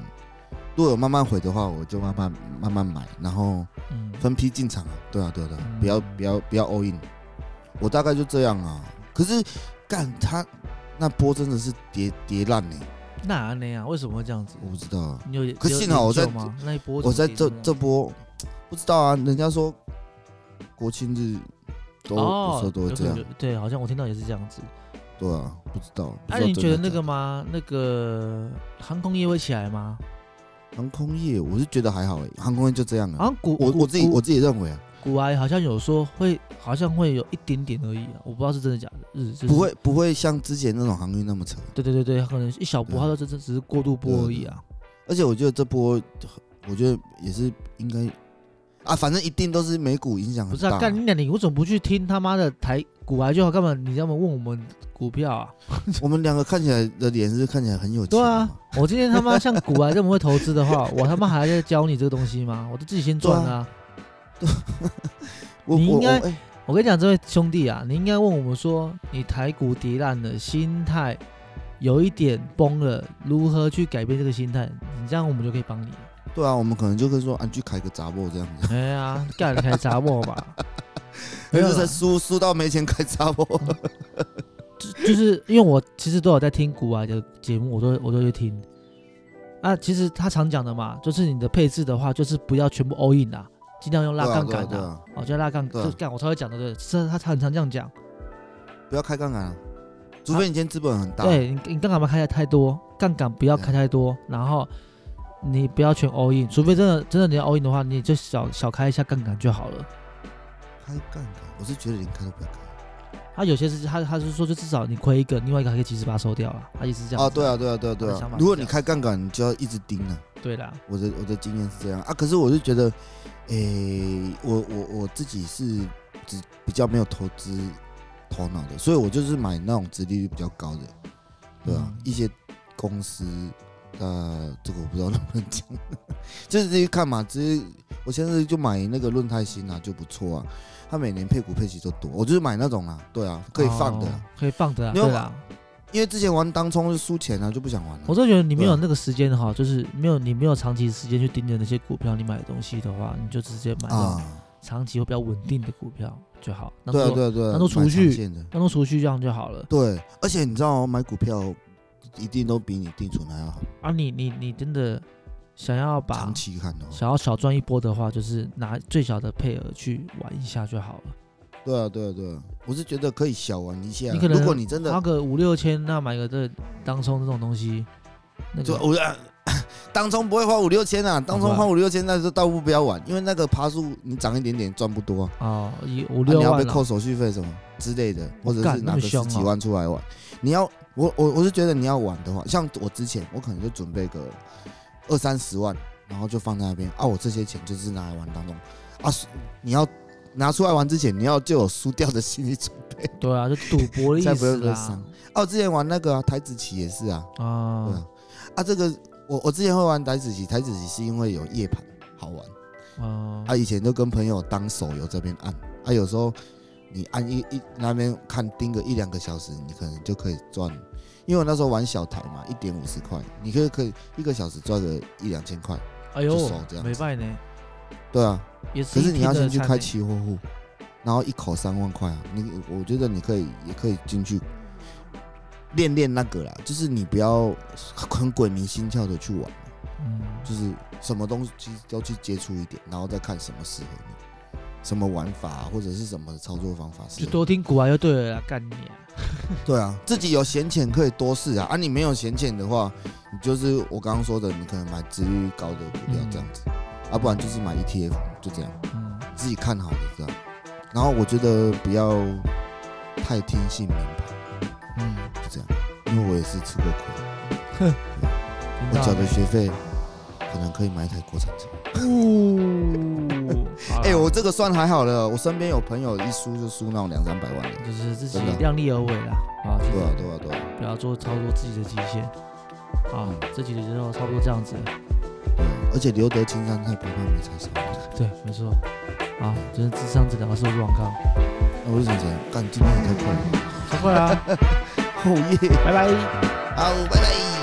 Speaker 2: 如果有慢慢回的话，我就慢慢慢慢买，然后
Speaker 1: 嗯，
Speaker 2: 分批进场啊。对啊，对啊，对啊
Speaker 1: 嗯，
Speaker 2: 不要不要不要 all in。我大概就这样啊。可是干他那波真的是跌跌烂呢，
Speaker 1: 那那样为什么会这样子
Speaker 2: 我？不知道啊。
Speaker 1: 你有
Speaker 2: 可
Speaker 1: 你有
Speaker 2: 幸好我在
Speaker 1: 研究吗那一波怎
Speaker 2: 我
Speaker 1: 么
Speaker 2: 在
Speaker 1: 跌成
Speaker 2: 这
Speaker 1: 样，
Speaker 2: 这波不知道啊，人家说国庆日都有
Speaker 1: 哦
Speaker 2: 时候都会
Speaker 1: 有
Speaker 2: 这
Speaker 1: 可能
Speaker 2: 样，
Speaker 1: 有对，好像我听到也是这样子。
Speaker 2: 对啊，不知道。不
Speaker 1: 那
Speaker 2: 知道
Speaker 1: 你
Speaker 2: 真
Speaker 1: 觉得
Speaker 2: 的
Speaker 1: 那
Speaker 2: 假
Speaker 1: 个
Speaker 2: 的？
Speaker 1: 吗？那个航空业会起来吗？
Speaker 2: 航空业我是觉得还好诶，航空业就这样
Speaker 1: 好
Speaker 2: 啊。
Speaker 1: 像股
Speaker 2: 我
Speaker 1: 股
Speaker 2: 我自己
Speaker 1: 股
Speaker 2: 我自己认为啊。
Speaker 1: 古埃好像有说会，好像会有一点点而已、啊，我不知道是真的假的。日、就是、
Speaker 2: 不会，不会像之前那种航运那么扯，
Speaker 1: 对对对对，可能一小波，
Speaker 2: 对啊
Speaker 1: 他说这这只是过渡波而已啊。
Speaker 2: 而且我觉得这波，我觉得也是应该啊，反正一定都是美股影响
Speaker 1: 不
Speaker 2: 很
Speaker 1: 是
Speaker 2: 大
Speaker 1: 啊，
Speaker 2: 啊。
Speaker 1: 干你俩，你为什么不去听他妈的台古埃就好？干嘛你要么问我们股票啊？
Speaker 2: 我们两个看起来的脸是看起来很有钱
Speaker 1: 对
Speaker 2: 嘛，
Speaker 1: 啊，我今天他妈像古埃这么会投资的话，我他妈还在教你这个东西吗？我都自己先赚了啊、
Speaker 2: 我
Speaker 1: 你
Speaker 2: 我
Speaker 1: 应该
Speaker 2: 我哎
Speaker 1: 我跟你讲，这位兄弟啊，你应该问我们说，你台股跌烂了，心态有一点崩了，如何去改变这个心态？你这样我们就可以帮你。
Speaker 2: 对啊，我们可能就会说，啊，你去开个杂货这样子，
Speaker 1: 哎呀，干开砸我 吧！没有
Speaker 2: 可是才
Speaker 1: 啦，
Speaker 2: 输输到没钱开杂货，
Speaker 1: 就就是因为我其实都有在听古玩的节目，我都我都会听。啊，其实他常讲的嘛，就是你的配置的话，就是不要全部 all in 啊，尽量用
Speaker 2: 对
Speaker 1: 拉
Speaker 2: 啊
Speaker 1: 杠
Speaker 2: 对啊
Speaker 1: 杆
Speaker 2: 对
Speaker 1: 的，
Speaker 2: 啊，
Speaker 1: 哦，就拉杠
Speaker 2: 对
Speaker 1: 杆，
Speaker 2: 啊
Speaker 1: 就干我超会讲的，对，是他他很常这样讲。
Speaker 2: 不要开杠杆啊，除非你今天资本很大，
Speaker 1: 对你你杠杆不要开太多，杠杆不要开太多，
Speaker 2: 啊
Speaker 1: 然后你不要全 all in，除非真的真的你要 all in 的话，你就小小开一下杠杆就好了。
Speaker 2: 开杠杆，我是觉得连开都不要开。
Speaker 1: 他有些是他他是说，就至少你亏一个，另外一个还可以及时把它收掉了。他也是这样
Speaker 2: 啊，
Speaker 1: 子
Speaker 2: 对啊，对啊，对啊，对
Speaker 1: 我的想
Speaker 2: 啊
Speaker 1: 法，是
Speaker 2: 如果
Speaker 1: 这
Speaker 2: 你
Speaker 1: 样
Speaker 2: 开杠杆，你就要一直盯啊。
Speaker 1: 对啦，
Speaker 2: 我的我的经验是这样啊，可是我就觉得，诶、我我我自己是只比较没有投资头脑的，所以我就是买那种殖利率比较高的，对啊，
Speaker 1: 嗯
Speaker 2: 一些公司，呃，这个我不知道能不能讲， 就是自己看嘛，只是我现在就买那个润泰新啊，就不错啊，它每年配股配息都多，我就是买那种啊，对啊，可以放的啊、
Speaker 1: 哦可以放的啊，
Speaker 2: 你有
Speaker 1: 对啦，
Speaker 2: 因为之前玩当冲是输钱啊，就不想玩了。
Speaker 1: 我真的觉得你没有
Speaker 2: 对啊
Speaker 1: 那个时间的话，就是没有你没有长期时间去盯着那些股票，你买的东西的话，你就直接买那种
Speaker 2: 啊，
Speaker 1: 长期或比较稳定的股票就好。当
Speaker 2: 对啊
Speaker 1: 做
Speaker 2: 对啊对啊，
Speaker 1: 当做储
Speaker 2: 蛮
Speaker 1: 蓄
Speaker 2: 常见的。
Speaker 1: 当做储蓄这样就好了。
Speaker 2: 对，而且你知道、哦、买股票一定都比你定存还要好，
Speaker 1: 啊你，你你真的想要把
Speaker 2: 长期看的、哦。
Speaker 1: 想要小赚一波的话，就是拿最小的配额去玩一下就好了。
Speaker 2: 对啊对啊对啊，我是觉得可以小玩一下。
Speaker 1: 你可能
Speaker 2: 如果你真的
Speaker 1: 花个五六千，那买个这当冲这种东西，那
Speaker 2: 就
Speaker 1: 个
Speaker 2: 我啊 当中不会花五六千啊，当
Speaker 1: 不会
Speaker 2: 中花五六千那就倒不不要玩，因为那个趴数你涨一点点赚不多啊，
Speaker 1: 哦，一五
Speaker 2: 啊
Speaker 1: 六
Speaker 2: 你要
Speaker 1: 万
Speaker 2: 被
Speaker 1: 啦
Speaker 2: 扣手续费什么之类的，
Speaker 1: 我
Speaker 2: 或者
Speaker 1: 干
Speaker 2: 是
Speaker 1: 那
Speaker 2: 拿
Speaker 1: 么
Speaker 2: 个
Speaker 1: 凶
Speaker 2: 十
Speaker 1: 哦
Speaker 2: 几万出来玩。你要我我我是觉得你要玩的话，像我之前我可能就准备个二三十万，然后就放在那边啊，我这些钱就是拿来玩当中啊，你要拿出来玩之前，你要就有输掉的心理准备。
Speaker 1: 对啊，就赌博的
Speaker 2: 再
Speaker 1: 意
Speaker 2: 不会
Speaker 1: 思
Speaker 2: 被
Speaker 1: 啦
Speaker 2: 伤。哦、我之前玩那个、啊、台子棋也是啊，对
Speaker 1: 啊
Speaker 2: 啊，啊，这个我我之前会玩台子棋，台子棋是因为有夜盘好玩，
Speaker 1: 啊，
Speaker 2: 啊，以前就跟朋友当手游这边按，啊，有时候你按一一那边看盯个一两个小时，你可能就可以赚，因为我那时候玩小台嘛，一点五十块，你可以可以一个小时赚个一两千块，
Speaker 1: 哎呦
Speaker 2: 就手这，样
Speaker 1: 没败呢，
Speaker 2: 对啊，
Speaker 1: 也是
Speaker 2: 可
Speaker 1: 一
Speaker 2: 是你要
Speaker 1: 天
Speaker 2: 先
Speaker 1: 的
Speaker 2: 去
Speaker 1: 餐
Speaker 2: 开
Speaker 1: 呢
Speaker 2: 期货户，然后一口三万块啊，你我觉得你可以也可以进去练练那个啦，就是你不要很鬼迷心窍的去玩。
Speaker 1: 嗯，
Speaker 2: 就是什么东西都去接触一点，然后再看什么适合你，什么玩法、或者是什么操作方法适
Speaker 1: 就
Speaker 2: 合你。
Speaker 1: 多听股啊，就对了啦，干你啊！
Speaker 2: 对啊，自己有闲钱可以多试啊，啊，你没有闲钱的话，你就是我刚刚说的，你可能买值率高的股票
Speaker 1: 嗯
Speaker 2: 这样子，啊，不然就是买 ETF，就这样，
Speaker 1: 嗯，
Speaker 2: 自己看好的这样。然后我觉得不要太听信名牌，
Speaker 1: 嗯，
Speaker 2: 就这样，因为我也是吃过亏，
Speaker 1: 听
Speaker 2: 我
Speaker 1: 到
Speaker 2: 缴
Speaker 1: 了
Speaker 2: 的学费可能可以买一台国产车。
Speaker 1: 哦，好啦
Speaker 2: 哎、我这个算还好了，我身边有朋友一输就输那种两三百万的。
Speaker 1: 就是自己
Speaker 2: 真的啊
Speaker 1: 量力而为啦，啊，就
Speaker 2: 对啊，
Speaker 1: 是
Speaker 2: 对啊，对啊，
Speaker 1: 不要做超过自己的极限。啊
Speaker 2: 嗯，
Speaker 1: 这几集就差不多这样子了。
Speaker 2: 对啊而且留得青山在，不怕没柴烧。
Speaker 1: 对，没错。啊，就是智商治疗是王刚，
Speaker 2: 那我是想想，干，今天也太快了，
Speaker 1: 啊 快快啦，
Speaker 2: 哦耶，
Speaker 1: 拜拜。
Speaker 2: 好，拜拜。